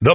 The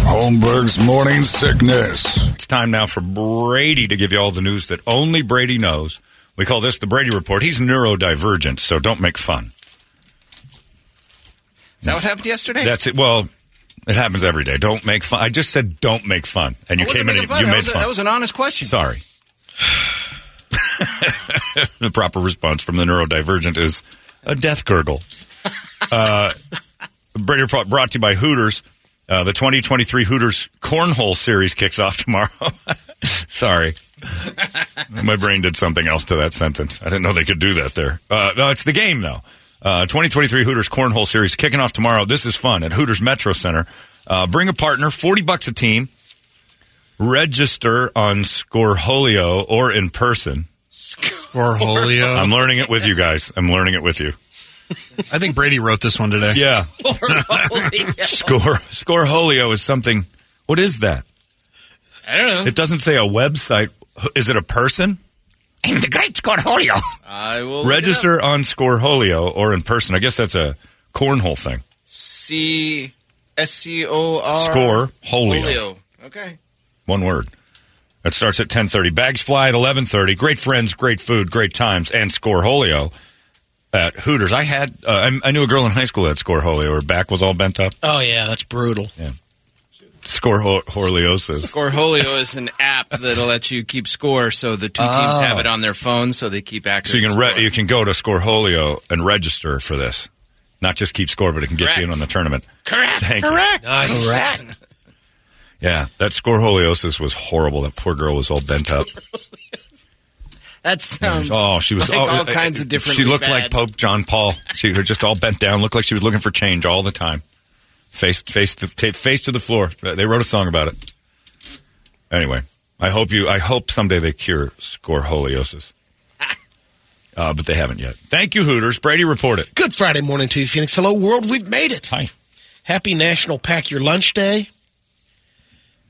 Holmberg's morning sickness. It's time now for Brady to give you all the news that only Brady knows. We call this the Brady Report. He's neurodivergent, so don't make fun. Is that what happened yesterday? That's it. Well, it happens every day. Don't make fun. I just said don't make fun, and you I wasn't came in and making fun. you that, made was a- fun. that was an honest question. Sorry. the proper response from the neurodivergent is a death gurgle. Uh, Brady Report brought to you by Hooters. Uh, the 2023 Hooters Cornhole Series kicks off tomorrow. Sorry. My brain did something else to that sentence. I didn't know they could do that there. Uh, no, it's the game, though. Uh, 2023 Hooters Cornhole Series kicking off tomorrow. This is fun at Hooters Metro Center. Uh, bring a partner, 40 bucks a team register on Scorholio or in person. Scorholio. I'm learning it with you guys. I'm learning it with you. I think Brady wrote this one today. Yeah. Holy hell. Score Scorholio is something. What is that? I don't know. It doesn't say a website. Is it a person? I'm the great Scorholio. I will look it up. Register on Scorholio or in person. I guess that's a cornhole thing. C S C O R Score holio. Polio. Okay. One word. That starts at 10:30. Bags fly at 11:30. Great friends, great food, great times, and Scorholio at Hooters. I had uh, I, I knew a girl in high school that had Scorholio. Her back was all bent up. Oh yeah, that's brutal. Scorholiosis. Scoreholio is an app that'll let you keep score, so the two teams have it on their phone, so they keep accurate. Oh. So you can score. re- you can go to Scorholio and register for this. Not just keep score, but it can get you in Correct. on the tournament. correct. Thank you. correct. Nice. Yeah, that scorholiosis was horrible. That poor girl was all bent up. That sounds. Oh, she was like oh, all uh, kinds uh, of different. She looked like Pope John Paul. She was just all bent down. Looked like she was looking for change all the time. Face face to ta face to the floor. They wrote a song about it. Anyway, I hope you. I hope someday they cure scorholiosis. Uh, but they haven't yet. Thank you, Hooters. Brady, report it. Good Friday morning to you, Phoenix. Hello, world. We've made it. Hi. Happy National Pack Your Lunch Day.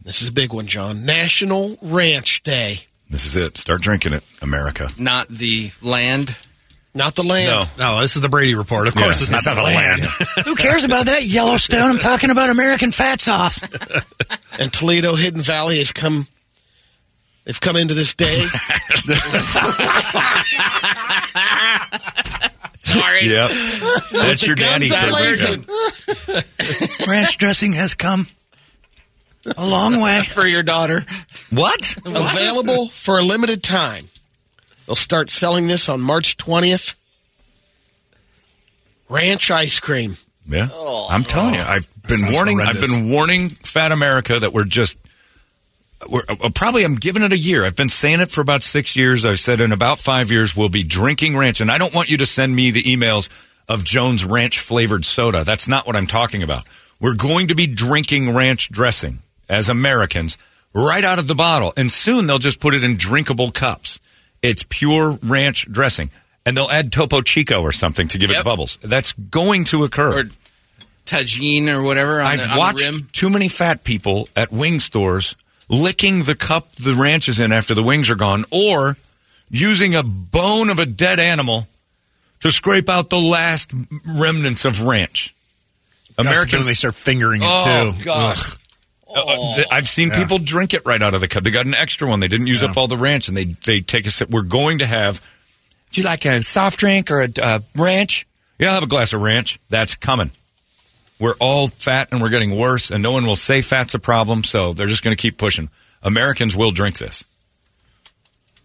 This is a big one, John. National Ranch Day. This is it. Start drinking it, America. not the land. Not the land. No. No, this is the Brady report. Of course, it's not, the land. Who cares about that Yellowstone? I'm talking about American fat sauce. And Toledo Hidden Valley has come. They've come into this day. Sorry. Yep. That's your daddy. guns are Chris. blazing. Ranch dressing has come a long way. For your daughter. What? Available for a limited time. They'll start selling this on March 20th. Ranch ice cream. Yeah. Oh. I'm telling you, I've been sounds warning. I've horrendous. been warning Fat America that we're just. We're, uh, probably I'm giving it a year. I've been saying it for about six years. I've said in about five years we'll be drinking ranch, and I don't want you to send me the emails of Jones Ranch flavored soda. That's not what I'm talking about. We're going to be drinking ranch dressing as Americans right out of the bottle, and soon they'll just put it in drinkable cups. It's pure ranch dressing, and they'll add Topo Chico or something to give it Yep. bubbles. That's going to occur. Or Tajine or whatever on I've the, on watched the rim. too many fat people at wing stores licking the cup the ranch is in after the wings are gone, or using a bone of a dead animal to scrape out the last remnants of ranch. American. when they start fingering it Oh, too. gosh. Ugh. Uh, uh, th- I've seen Yeah. people drink it right out of the cup. They got an extra one. They didn't use Yeah. up all the ranch, and they they take a sip. We're going to have. Do you like a soft drink or a uh, ranch? Yeah, I'll have a glass of ranch. That's coming. We're all fat, and we're getting worse, and no one will say fat's a problem. So they're just going to keep pushing. Americans will drink this.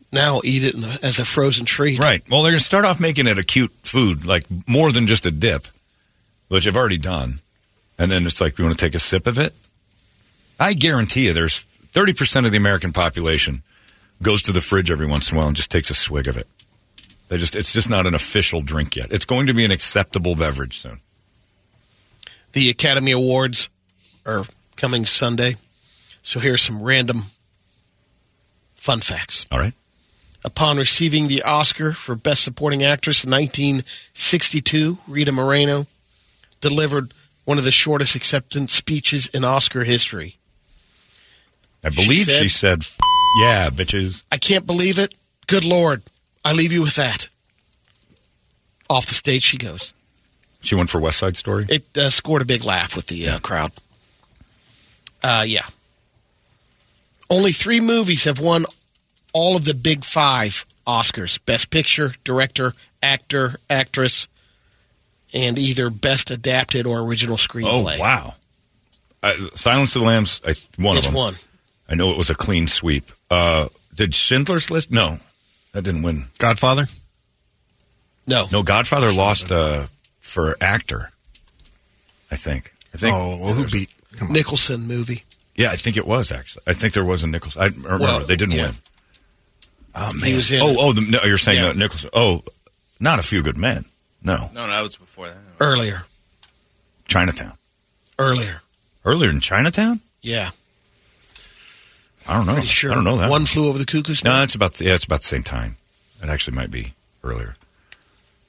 Now eat it in a, as a frozen treat. Right. Well, they're going to start off making it a cute food, like more than just a dip, which I've already done. And then it's like, we want to take a sip of it? I guarantee you there's 30% of the American population goes to the fridge every once in a while and just takes a swig of it. They just, it's just not an official drink yet. It's going to be an acceptable beverage soon. The Academy Awards are coming Sunday. So here's some random fun facts. All right. Upon receiving the Oscar for Best Supporting Actress in 1962, Rita Moreno delivered one of the shortest acceptance speeches in Oscar history. I She believe she said- said, "F- yeah, bitches. I can't believe it. Good Lord. I leave you with that. Off the stage she goes. She went for West Side Story. It uh, scored a big laugh with the uh, crowd. Uh, yeah. Only three movies have won all of the big five Oscars Best Picture, Director, Actor, Actress, and either Best Adapted or Original Oh, Screenplay. wow. I, Silence of the Lambs, I, one It's of them. one. I know it was a clean sweep. Uh, did Schindler's List? No, that didn't win. Godfather. No. No, Godfather lost uh, for actor. I think. I think. Oh, well, who beat? Come on. Nicholson movie. Yeah, I think it was actually. I think there was a Nichols. I remember Well, they didn't yeah. win. Oh man. was in- oh, oh, the, no, you're saying Yeah. uh, Nichols? Oh, not a few good men. No, No, no, that was before that. Earlier. Chinatown. Earlier. Earlier in Chinatown. Yeah. I don't know. Pretty sure. I don't know that. One flew over the cuckoo's No, nest. it's about yeah, it's about the same time. It actually might be earlier.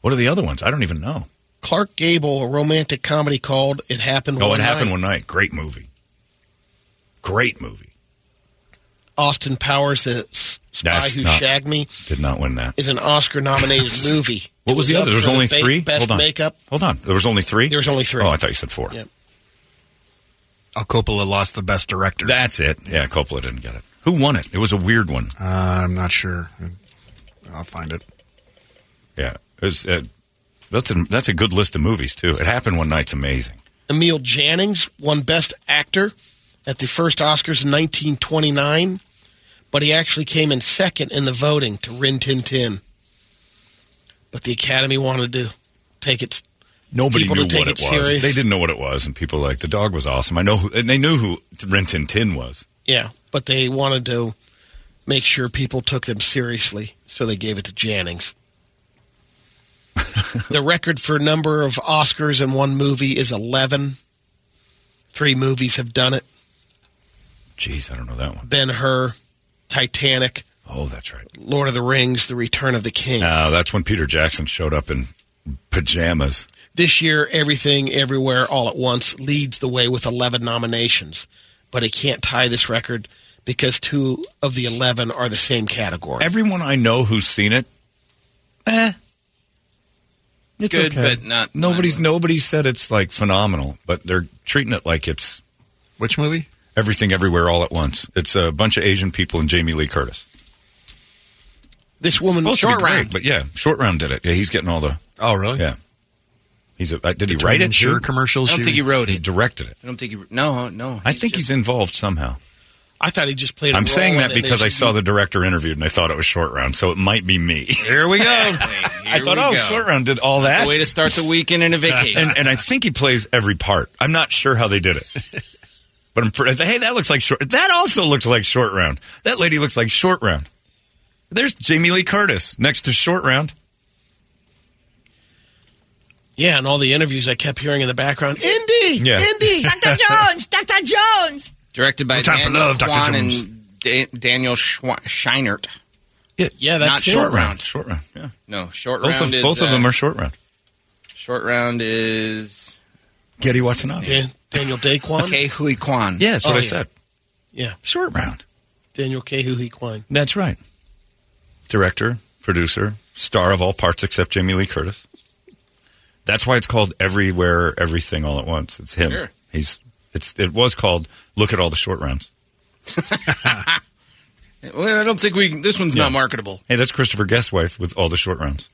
What are the other ones? I don't even know. Clark Gable, a romantic comedy called It Happened Oh, One it happened Night. one night. Great movie. Great movie. Austin Powers, the s- spy That's who not- shagged me, Did not win that. is an Oscar-nominated movie. What was It the other? up There was for only ba- three. Best Hold on. makeup. Hold on. There was only three. There was only three. Oh, I thought you said four. Yeah. Oh, Coppola lost the best director. That's it. Yeah, Coppola didn't get it. Who won it? It was a weird one. Uh, I'm not sure. I'll find it. Yeah, it was. Uh, that's a that's a good list of movies too. It happened one night's amazing. Emil Jannings won Best Actor at the first Oscars in 1929, but he actually came in second in the voting to Rin Tin Tin. But the Academy wanted to take it. Nobody People knew to take what it, it was. serious. They didn't know what it was, and people were like the dog was awesome. I know who, and they knew who Renton Tin was. Yeah, but they wanted to make sure people took them seriously, so they gave it to Jannings. the record for number of Oscars in one movie is 11. Three movies have done it. Jeez, I don't know that one. Ben Hur, Titanic, Oh, that's right. Lord of the Rings, The Return of the King. Uh, that's when Peter Jackson showed up in pajamas. This year, Everything, Everywhere, All at Once leads the way with 11 nominations, but it can't tie this record because two of the 11 are the same category. Everyone I know who's seen it, eh, it's Good, okay. but not. Nobody's nobody said it's like phenomenal, but they're treating it like it's Which movie? everything everywhere all at once. It's a bunch of Asian people and Jamie Lee Curtis. this woman, Supposed to be short great, round, but yeah, short round did it. Yeah, he's getting all the Oh, really? yeah. He's a, uh, did he Between write it? Sure, too? commercials. I don't you- think he wrote He it. directed it. I don't think he. No, no. I think he's involved somehow. I thought he just played. i I'm saying that because I saw the director interviewed and I thought it was short round, so it might be me. Here we go. I thought, oh, short round did all that. Way to start the weekend in a vacation. and, and I think he plays every part. I'm not sure how they did it. But I'm pretty, hey, that looks like short. That also looks like short round. That lady looks like short round. There's Jamie Lee Curtis next to short round. Yeah, and all the interviews I kept hearing in the background. Indy, Yeah. Indy. Dr. Jones, Dr. Jones. Directed by No time for Daniel love, Dr. Kwan Jones. and da- Daniel Schwa- Scheinert. yeah, that's Not it. short round. Short round. Yeah. No, short Both round of is both of uh, them are short round. Short round is Getty Watanabe. Dan- Daniel Daquan. K. Hui Kwan. Yeah, that's what Oh, I yeah. said. Yeah, Short round. Daniel Kahuhi Kwan. That's right. Director, producer, star of all parts except Jamie Lee Curtis. That's why it's called Everywhere, Everything, All at Once. It's him. Sure. He's it's it was called Look at All the Short Rounds. Well, I don't think we. This one's Yeah. not marketable. Hey, that's Christopher Guest's wife with All the Short Rounds.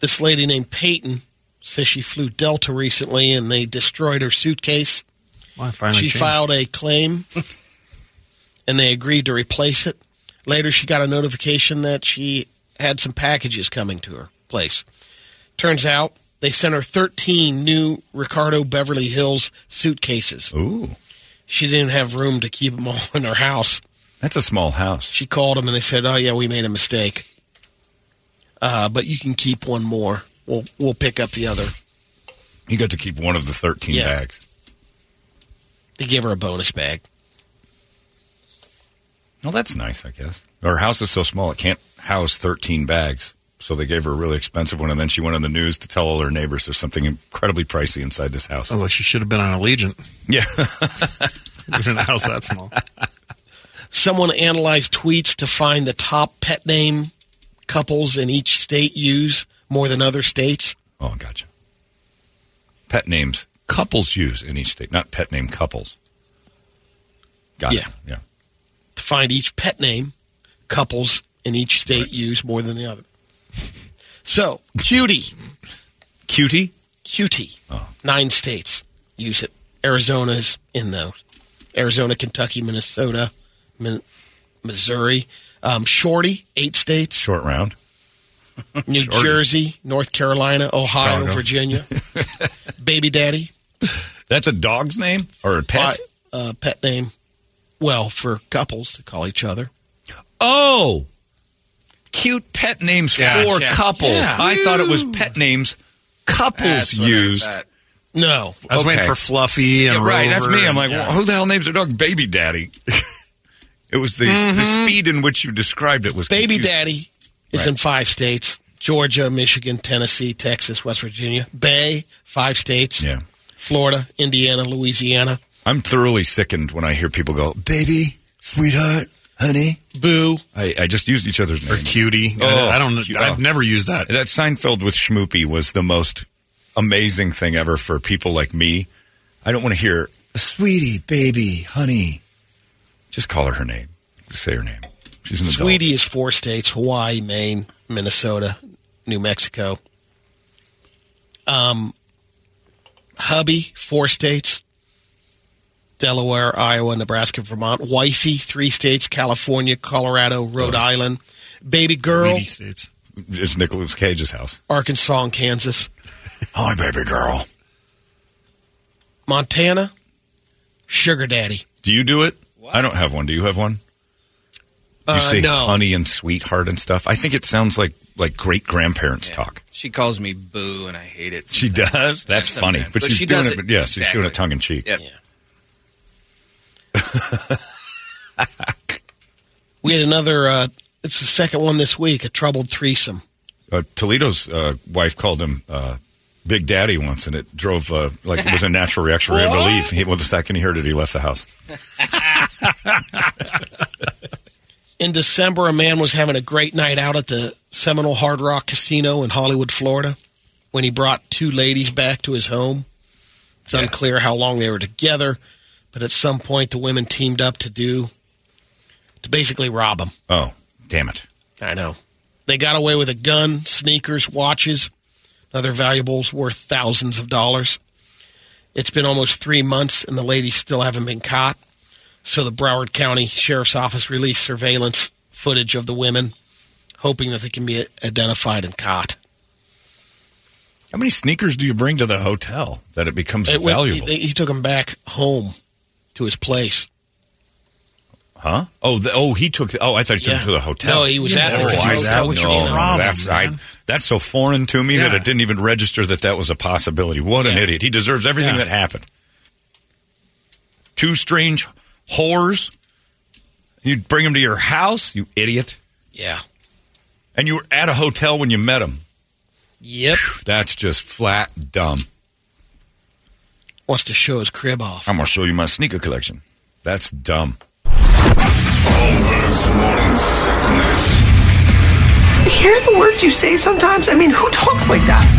This lady named Peyton says she flew Delta recently and they destroyed her suitcase. Well, I finally she changed. filed a claim and they agreed to replace it. Later, she got a notification that she had some packages coming to her place. Turns out they sent her 13 new Ricardo Beverly Hills suitcases. Ooh. She didn't have room to keep them all in her house. That's a small house. She called them and they said, "Oh yeah, we made a mistake, uh, but you can keep one more. We'll we'll pick up the other." You got to keep one of the thirteen Yeah. bags. They gave her a bonus bag. Well, that's nice, I guess. Her house is so small it can't house thirteen bags. So they gave her a really expensive one, and then she went on the news to tell all her neighbors there's something incredibly pricey inside this house. Sounds like she should have been on Allegiant. Yeah. in a house that small. Someone analyzed tweets to find the top pet name couples in each state use more than other states. Oh, gotcha. Pet names couples use in each state, not pet name couples. Got it. Yeah. To find each pet name couples in each state use more than the other. So cutie, Cutie? cutie. Nine states use it. Arizona's in those. Arizona, Kentucky, Minnesota, Min- Missouri. Um, Shorty, eight states. Short round. New Shorty. Jersey, North Carolina, Ohio, Chicago. Virginia. Baby daddy. That's a dog's name or a pet? Fi- uh, pet name. Well, for couples to call each other. Oh, cute pet names Yeah, for yeah. couples. Yeah. I thought it was pet names couples That's what I used. thought. No. I was waiting Okay. for Fluffy and Yeah, right, that's Rover me. I'm and- like, yeah. well, who the hell names their dog Baby Daddy? it was the, the Mm-hmm. speed in which you described it was Baby confusing. daddy is in five states Georgia, Michigan, Tennessee, Texas, West Virginia. Bay, five states. Yeah. Florida, Indiana, Louisiana. I'm thoroughly sickened when I hear people go, Baby, sweetheart, honey. Boo. I, I just used each other's or names. cutie. Oh, I don't. cute. I've never used that. That Seinfeld with Schmoopy was the most amazing thing ever for people like me. I don't want to hear, Sweetie, baby, honey. just call her her name. Just say her name. She's an adult. Sweetie is four states Hawaii, Maine, Minnesota, New Mexico. Um, hubby, four states Delaware, Iowa, Nebraska, Vermont. Wifey, three states California, Colorado, Rhode Island. Baby girl, Baby states. It's Nicolas Cage's house. Arkansas, and Kansas. Hi, baby girl. Montana, sugar daddy. Do you do it? I don't have one. Do you have one? You Uh, say no. honey and sweetheart and stuff. I think it sounds like like great grandparents talk. She calls me boo, and I hate it. She does. That's Yeah, funny, sometimes. but, But she's she doing does it. it- But yeah, she's doing exactly. it tongue in cheek. Yep. We had another, uh, it's the second one this week, a troubled threesome. Uh, Toledo's uh, wife called him uh, Big Daddy once, and it drove uh, like it was a natural reaction. We had to leave. He, well, the second he heard it, he left the house. In December, a man was having a great night out at the Seminole Hard Rock Casino in Hollywood, Florida, when he brought two ladies back to his home. It's unclear how long they were together, but at some point, the women teamed up to do, to basically rob him. Oh, damn it! I know. They got away with a gun, sneakers, watches, and other valuables worth thousands of dollars. It's been almost three months, and the ladies still haven't been caught. So the Broward County Sheriff's Office released surveillance footage of the women, hoping that they can be identified and caught. How many sneakers do you bring to the hotel that it becomes It went- valuable? he, he took them back home to his place. huh? Oh, the, oh, he took. The, oh, I thought he took Yeah. them to the hotel. No, he was at the oh, hotel. I see. That's what you No, mean. no, that's I, man. that's so foreign to me that Yeah. it didn't even register that that was a possibility. What an Yeah. idiot! He deserves everything Yeah. that happened. Two strange whores. You bring them to your house, you idiot. Yeah. And you were at a hotel when you met him. Yep. That's just flat dumb. Wants to show his crib off. I'm going to show you my sneaker collection. That's dumb. Holmberg's morning sickness. hear the words you say sometimes? I mean, who talks like that?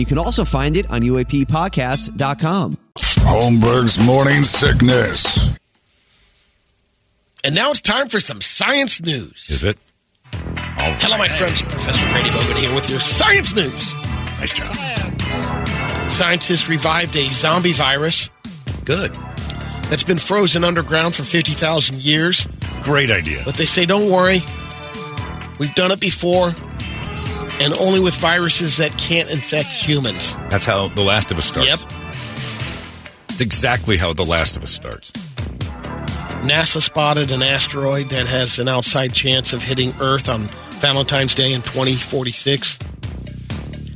you can also find it on UAPpodcast.com. Holmberg's morning sickness. And now it's time for some science news. Is it? Hello, my friends. Professor Brady Bogan here with your science news. Nice job. Scientists revived a zombie virus. Good. That's been frozen underground for 50,000 years. Great idea. But they say, don't worry. We've done it before, and only with viruses that can't infect humans. That's how The Last of Us starts. Yep. It's exactly how The Last of Us starts. NASA spotted an asteroid that has an outside chance of hitting Earth on Valentine's Day in 2046.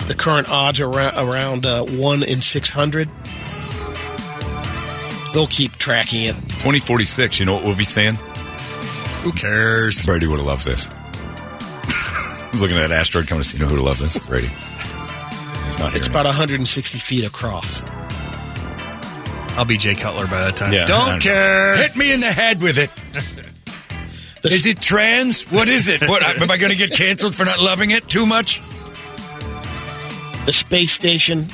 The current odds are ra- around uh, 1 in 600. They'll keep tracking it. 2046, you know what we'll be saying? Who cares? Brady would have loved this. Looking at that asteroid coming to see, you know who would have loved this? Brady. He's not here. It's about 160 feet across. I'll be Jay Cutler by that time. Yeah. Don't care. Hit me in the head with it. The- Is it trans? What is it? What, am I going to get canceled for not loving it too much? The space station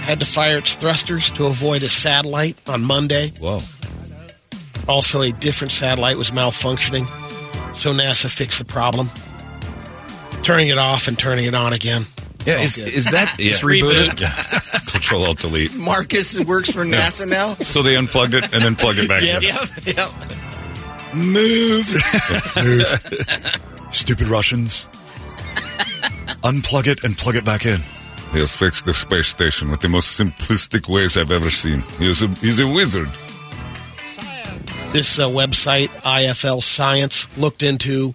had to fire its thrusters to avoid a satellite on Monday. Whoa. Also, a different satellite was malfunctioning, so NASA fixed the problem, turning it off and turning it on again. Yeah, is, It's all good. is that Yeah. just Reboot rebooted? Control Alt Delete. Marcus works for NASA now. So they unplugged it and then plugged it back Yep, in. yep, yep. Move. Stupid Russians. Unplug it and plug it back in. He has fixed the space station with the most simplistic ways I've ever seen. He's a, he's a wizard. This uh, website, IFL Science, looked into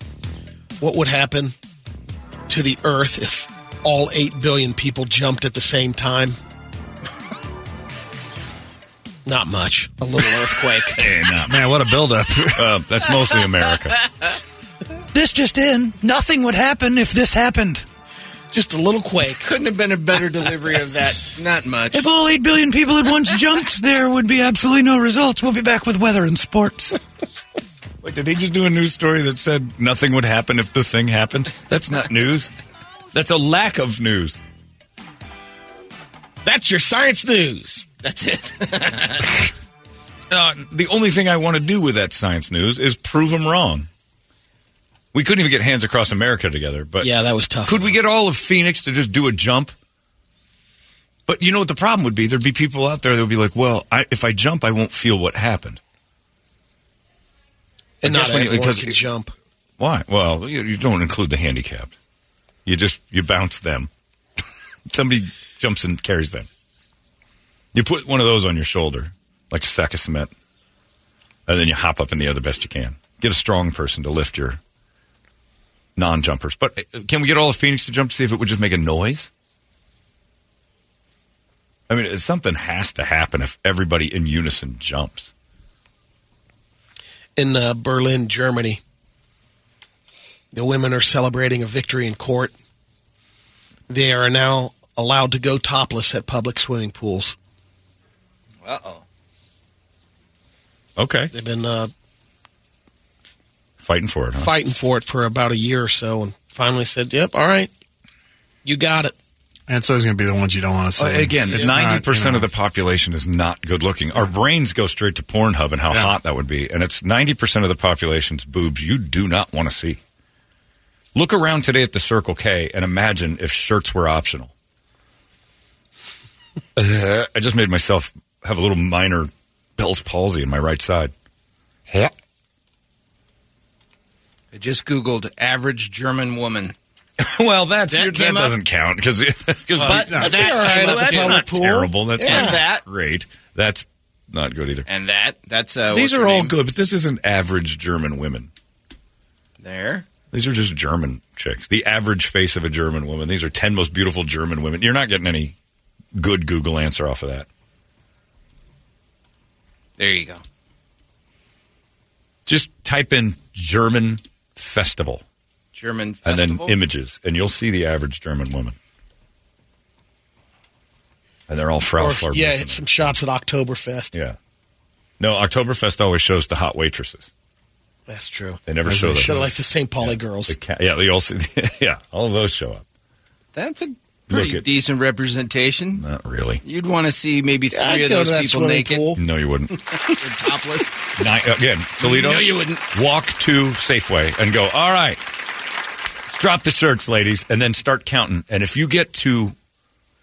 what would happen to the Earth if all 8 billion people jumped at the same time. Not much. A little earthquake. Man, what a buildup. Uh, that's mostly America. This just in. Nothing would happen if this happened. Just a little quake. Couldn't have been a better delivery of that. Not much. If all 8 billion people at once jumped, there would be absolutely no results. We'll be back with weather and sports. Wait, did he just do a news story that said nothing would happen if the thing happened? That's not news. That's a lack of news. That's your science news. That's it. Uh, the only thing I want to do with that science news is prove him wrong. We couldn't even get hands across America together, but Yeah, that was tough. could we get all of Phoenix to just do a jump? But you know what the problem would be? There'd be people out there that would be like, "Well, I, if I jump, I won't feel what happened." And I not guess when you- everyone because- can jump. Why? Well, you, you don't include the handicapped. You just you bounce them. Somebody jumps and carries them. You put one of those on your shoulder, like a sack of cement, and then you hop up in the other best you can. Get a strong person to lift your non-jumpers. But uh, can we get all of Phoenix to jump to see if it would just make a noise? I mean, something has to happen if everybody in unison jumps. in uh, Berlin, Germany. The women are celebrating a victory in court. They are now allowed to go topless at public swimming pools. Uh oh. Okay, They've been uh, fighting for it. Huh? fighting for it for about a year or so and finally said, Yep, all right, you got it. That's always going to be the ones you don't want to see. Uh, again, It's not, ninety percent you of the know, population is not good looking. Our brains go straight to Pornhub and how Yeah. hot that would be, and it's ninety percent of the population's boobs you do not want to see. Look around today at the Circle K and imagine if shirts were optional. Uh, I just made myself have a little minor Bell's palsy in my right side. I just Googled average German woman. well, that's That your- that, came up? doesn't count because But that came up that's in the not pool. terrible. That's Yeah. not That. great. That's not good either. And that, that's uh, These what's are her all name? good, but this isn't average German women. There. These are just German chicks. The average face of a German woman. These are 10 most beautiful German women. You're not getting any good Google answer off of that. There you go. Just type in German festival, German and festival. then images, and you'll see the average German woman. And they're all Frau Or, Flarbus. yeah, some shots at Oktoberfest. Yeah. No, Oktoberfest always shows the hot waitresses. That's true. They never show them. They're like the St. Pauli girls. The ca- yeah, they all see, yeah, all of those show up. That's a pretty decent representation. Not really. You'd want to see maybe Yeah, I'd three of go to those that people swimming naked. pool. No, you wouldn't. They're topless. Nine, again, Toledo. No, you wouldn't. Walk to Safeway and go, all right, let's drop the shirts, ladies, and then start counting. And if you get to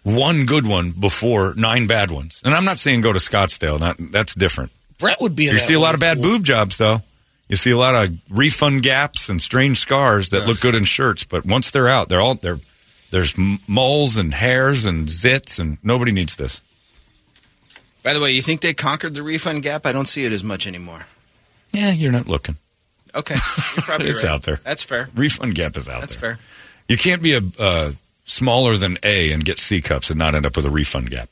one good one before nine bad ones, and I'm not saying go to Scottsdale, not, that's different. Brett would be. in You that see a lot one. of bad boob jobs, though. You see a lot of refund gaps and strange scars that look good in shirts, but once they're out, they're all they're, there's m- moles and hairs and zits, and nobody needs this. By the way, you think they conquered the refund gap? I don't see it as much anymore. Yeah, you're not looking. Okay, you're probably it's right. out there. That's fair. Refund gap is out That's there. fair. You can't be a uh, smaller than A and get C cups and not end up with a refund gap,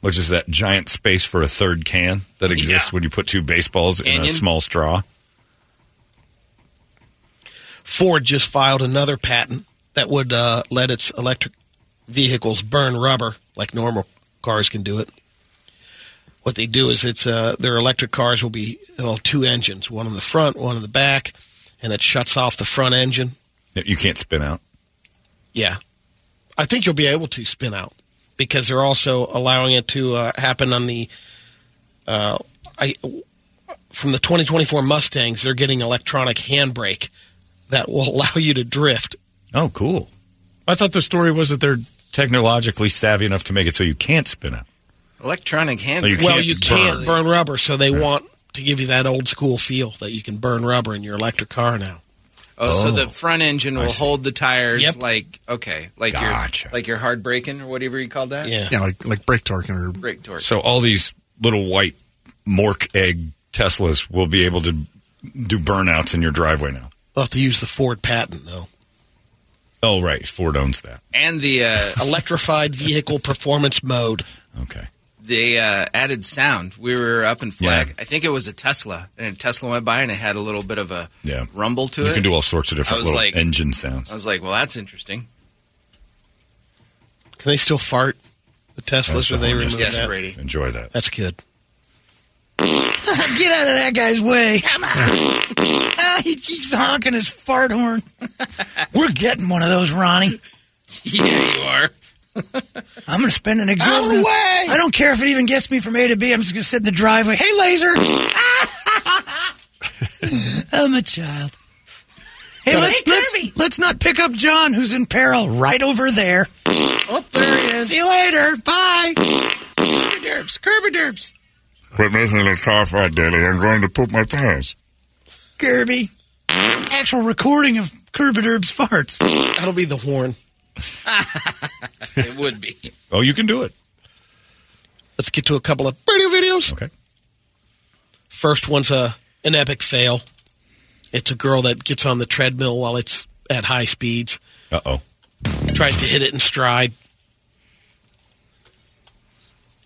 which is that giant space for a third can that exists when you put two baseballs in a Canyon. small straw. Ford just filed another patent that would uh, let its electric vehicles burn rubber like normal cars can do it. What they do is it's uh, their electric cars will be well, two engines, one in the front, one in the back, and it shuts off the front engine. that You can't spin out. Yeah, I think you'll be able to spin out because they're also allowing it to uh, happen on the. Uh, I from the 2024 Mustangs, they're getting electronic handbrake that will allow you to drift. Oh, cool. I thought the story was that they're technologically savvy enough to make it so you can't spin out. Electronic hand. No, you well, can't you burn. can't burn rubber, so they want to give you that old school feel that you can burn rubber in your electric car now. Oh, so the front engine I will see. hold the tires Yep. like okay, like your like your hard braking or whatever you call that. Yeah. Yeah, like like brake torque or brake torque. So all these little white mork egg Teslas will be able to do burnouts in your driveway now. They'll have to use the Ford patent though. Oh, right. Ford owns that. and the uh, electrified vehicle performance mode. Okay. they uh, added sound. We were up in Flag. I think it was a Tesla, and a Tesla went by and it had a little bit of a Yeah. rumble to you it. can do all sorts of I different was little like- engine sounds. I was like, well, that's interesting. Can they still fart? The That's Teslas, the or they horn remove yesterday. that? Enjoy that. That's good. Get out of that guy's way. Come on. Ah, he keeps honking his fart horn. We're getting one of those, Ronnie. Yeah, you are. I'm going to spend an exorbitant. I don't care if it even gets me from A to B. I'm just going to sit in the driveway. Hey, laser. I'm a child. Hey, Got let's, it. let's, let's not pick up John, who's in peril right over there. Oh, there he is. See you later. Bye. Derps, Kirby derps. Quit making the car fight, Daddy. I'm going to poop my pants. Kirby. Actual recording of Kirby Derb's farts. That'll be the horn. It would be. Oh, you can do it. Let's get to a couple of radio videos. Okay. First one's a an epic fail. It's a girl that gets on the treadmill while it's at high speeds. Uh oh. Tries to hit it in stride.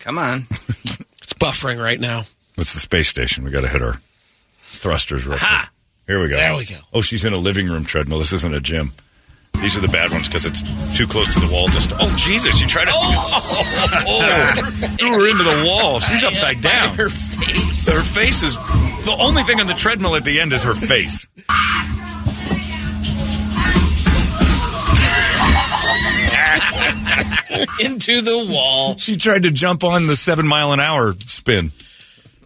Come on. It's buffering right now. What's the space station? We got to hit our thrusters real quick. Here we go. There we go. Oh, she's in a living room treadmill. This isn't a gym. These are the bad ones because it's too close to the wall. Just oh Jesus, you tried to threw her into the wall. She's upside down. Oh! Her face. Her face is the only thing on the treadmill at the end is her face. Into the wall. She tried to jump on the seven mile an hour spin.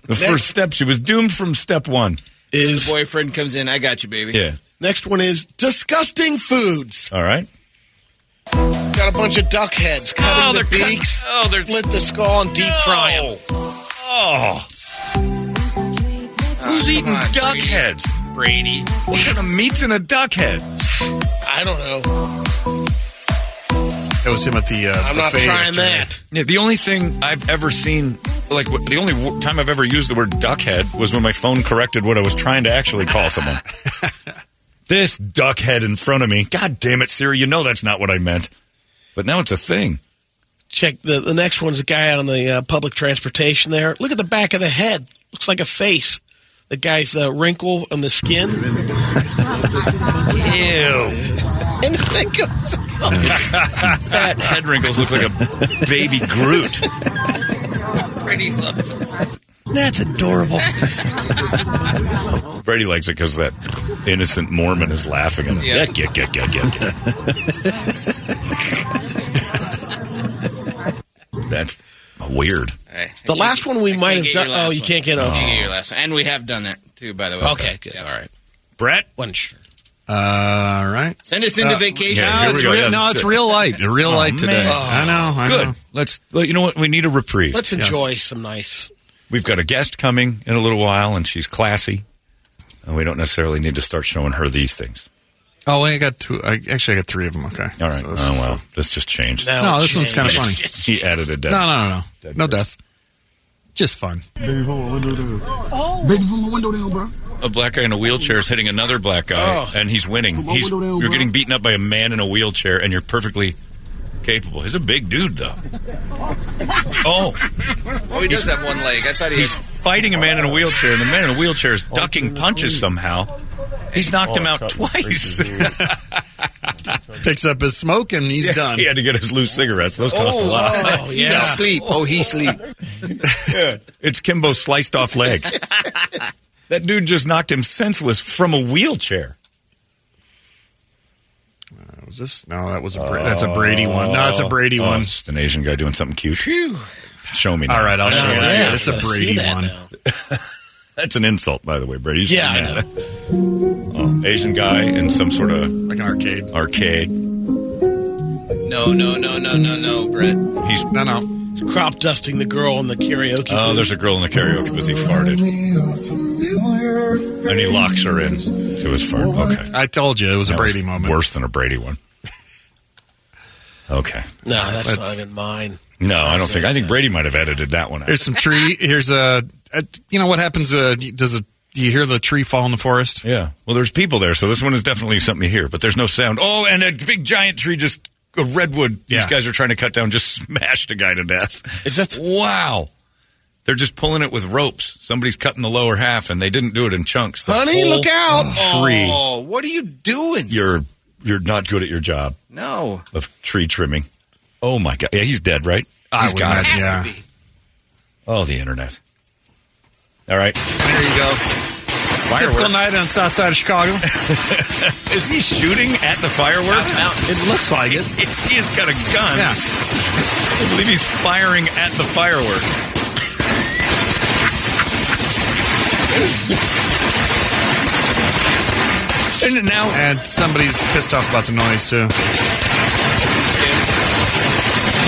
The first step, she was doomed from step one. Is boyfriend comes in. I got you, baby. Yeah. Next one is disgusting foods. All right. Got a bunch of duck heads, cut Oh, into they're cut- beaks, oh, they're- split the skull, and deep fry 'em. Oh. Who's come eating on, duck Brady. heads? Brady. What kind of meat's in a duck head? I don't know. That was him at the. Uh, I'm not buffet trying yesterday. that. Yeah, the only thing I've ever seen, like w- the only w- time I've ever used the word duck head was when my phone corrected what I was trying to actually call someone. This duckhead in front of me. God damn it, Siri. You know that's not what I meant. But now it's a thing. Check the the next one's a guy on the uh, public transportation. There, look at the back of the head. Looks like a face. The guy's uh, wrinkle on the skin. Ew. and then it goes on. Fat head wrinkles look like a baby Groot. Pretty much. That's adorable. Brady likes it because that innocent Mormon is laughing at him. Yeah. Yeah, yeah, yeah, yeah, yeah, yeah. That's weird. The last one we might have done. Oh, you can't get off. off. Can't get your last one, and we have done that too, by the way. Okay, good. All right. Brett? One sure. Uh, all right. Send us into Uh, vacation. No, it's, real, no it's real light. Real Oh, light today. man. I know. I Good. know. Let's. Well, you know what? We need a reprieve. Let's enjoy some nice. We've got a guest coming in a little while, and she's classy. And we don't necessarily need to start showing her these things. Oh, wait, I got two. I, actually, I got three of them. Okay. All right. So this oh, is- well. This just changed. No, No, this one's kinda funny. He added a death. No, no, no, no. No death. Just fun. Baby, pull my window down. Baby, pull my window down, bro. A black guy in a wheelchair is hitting another black guy, Oh. and he's winning. Well, He's, what do they you're want? getting beaten up by a man in a wheelchair, and you're perfectly capable. He's a big dude, though. Oh, Oh, he does have one leg. I thought he. he's had- fighting a man in a wheelchair, and the man in a wheelchair is ducking punches somehow. He's knocked Oh, him out twice. Picks up his smoke and he's Yeah, done. He had to get his loose cigarettes. Those cost a lot. Oh, yeah. sleep. Oh, he sleep. Yeah. It's Kimbo's sliced off leg. that dude just knocked him senseless from a wheelchair. Was this? No, that was a. Bra- that's a Brady one. No, it's a Brady one. one. Oh, It's just an Asian guy doing something cute. Show me. Now. All right, I'll show Oh, you. yeah. that. It's a I see Brady that one. That's an insult, by the way, Brady. You should Yeah, be I mad. Oh, Asian guy in some sort of like an arcade. Arcade. No, no, no, no, no, no, Brett. He's no, no. Crop dusting the girl in the karaoke. Oh, there's a girl in the karaoke booth. He farted, and he locks her in to his fart. Okay, I told you it was a That Brady moment. Worse than a Brady one. Okay. No, that's, That's- not even mine. No, I don't think. I think Brady might have edited that one out. Here's some tree. Here's a. a you know what happens? Uh, does a do you hear the tree fall in the forest? Yeah. Well, there's people there, so this one is definitely something you hear, but there's no sound. Oh, and a big giant tree just a redwood. These Yeah. guys are trying to cut down just smashed a guy to death. Is that wow? They're just pulling it with ropes. Somebody's cutting the lower half, and they didn't do it in chunks. The Honey, whole look out. Tree. Oh, what are you doing? You're you're not good at your job No. of tree trimming. Oh my god. Yeah, he's dead, right? I He's would gone. imagine, Has Yeah. to be. Oh, the internet. All right. There you go. Typical Fireworks. night on South Side of Chicago. Is he shooting at the fireworks? it looks like it. He's got a gun. Yeah. I believe he's firing at the fireworks. And now, And somebody's pissed off about the noise too.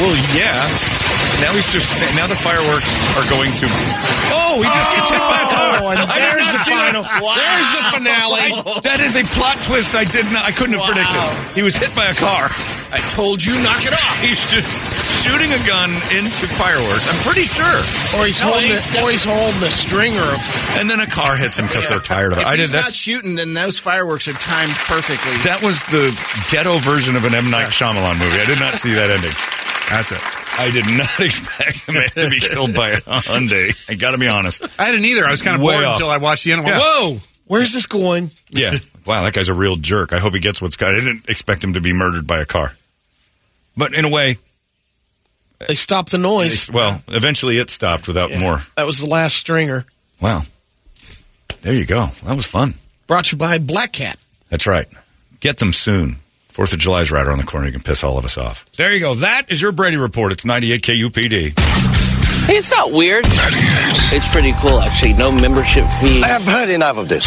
well, yeah. Now he's just. Now the fireworks are going to. Oh, he just gets hit by a car. Oh, and I did there's not the see final. That. There's the I- finale. that is a plot twist. I did not. I couldn't have predicted. He was hit by a car. I told you, knock it off. He's just shooting a gun into fireworks. I'm pretty sure. Or he's, No, holding he's a, or he's holding a stringer of. And then a car hits him because they're tired of it. If I did he's that's not shooting, then those fireworks are timed perfectly. That was the ghetto version of an M Night Shyamalan movie. I did not see that ending. That's it. I did not expect a man to be killed by a Hyundai. I got to be honest. I didn't either. I was kind of Way bored off. until I watched the end. and went, Yeah. Whoa! Where's this going? Yeah. Wow, that guy's a real jerk. I hope he gets what's got. I didn't expect him to be murdered by a car. But in a way, They stopped the noise. it's- well, eventually it stopped without more. That was the last stringer. Wow. There you go. That was fun. Brought to you by Black Cat. That's right. Get them soon. Fourth of July's right around the corner. You can piss all of us off. There you go. That is your Brady report. It's 98 KUPD. Hey, it's not weird. It's pretty cool, actually. No membership fee. I have heard enough of this.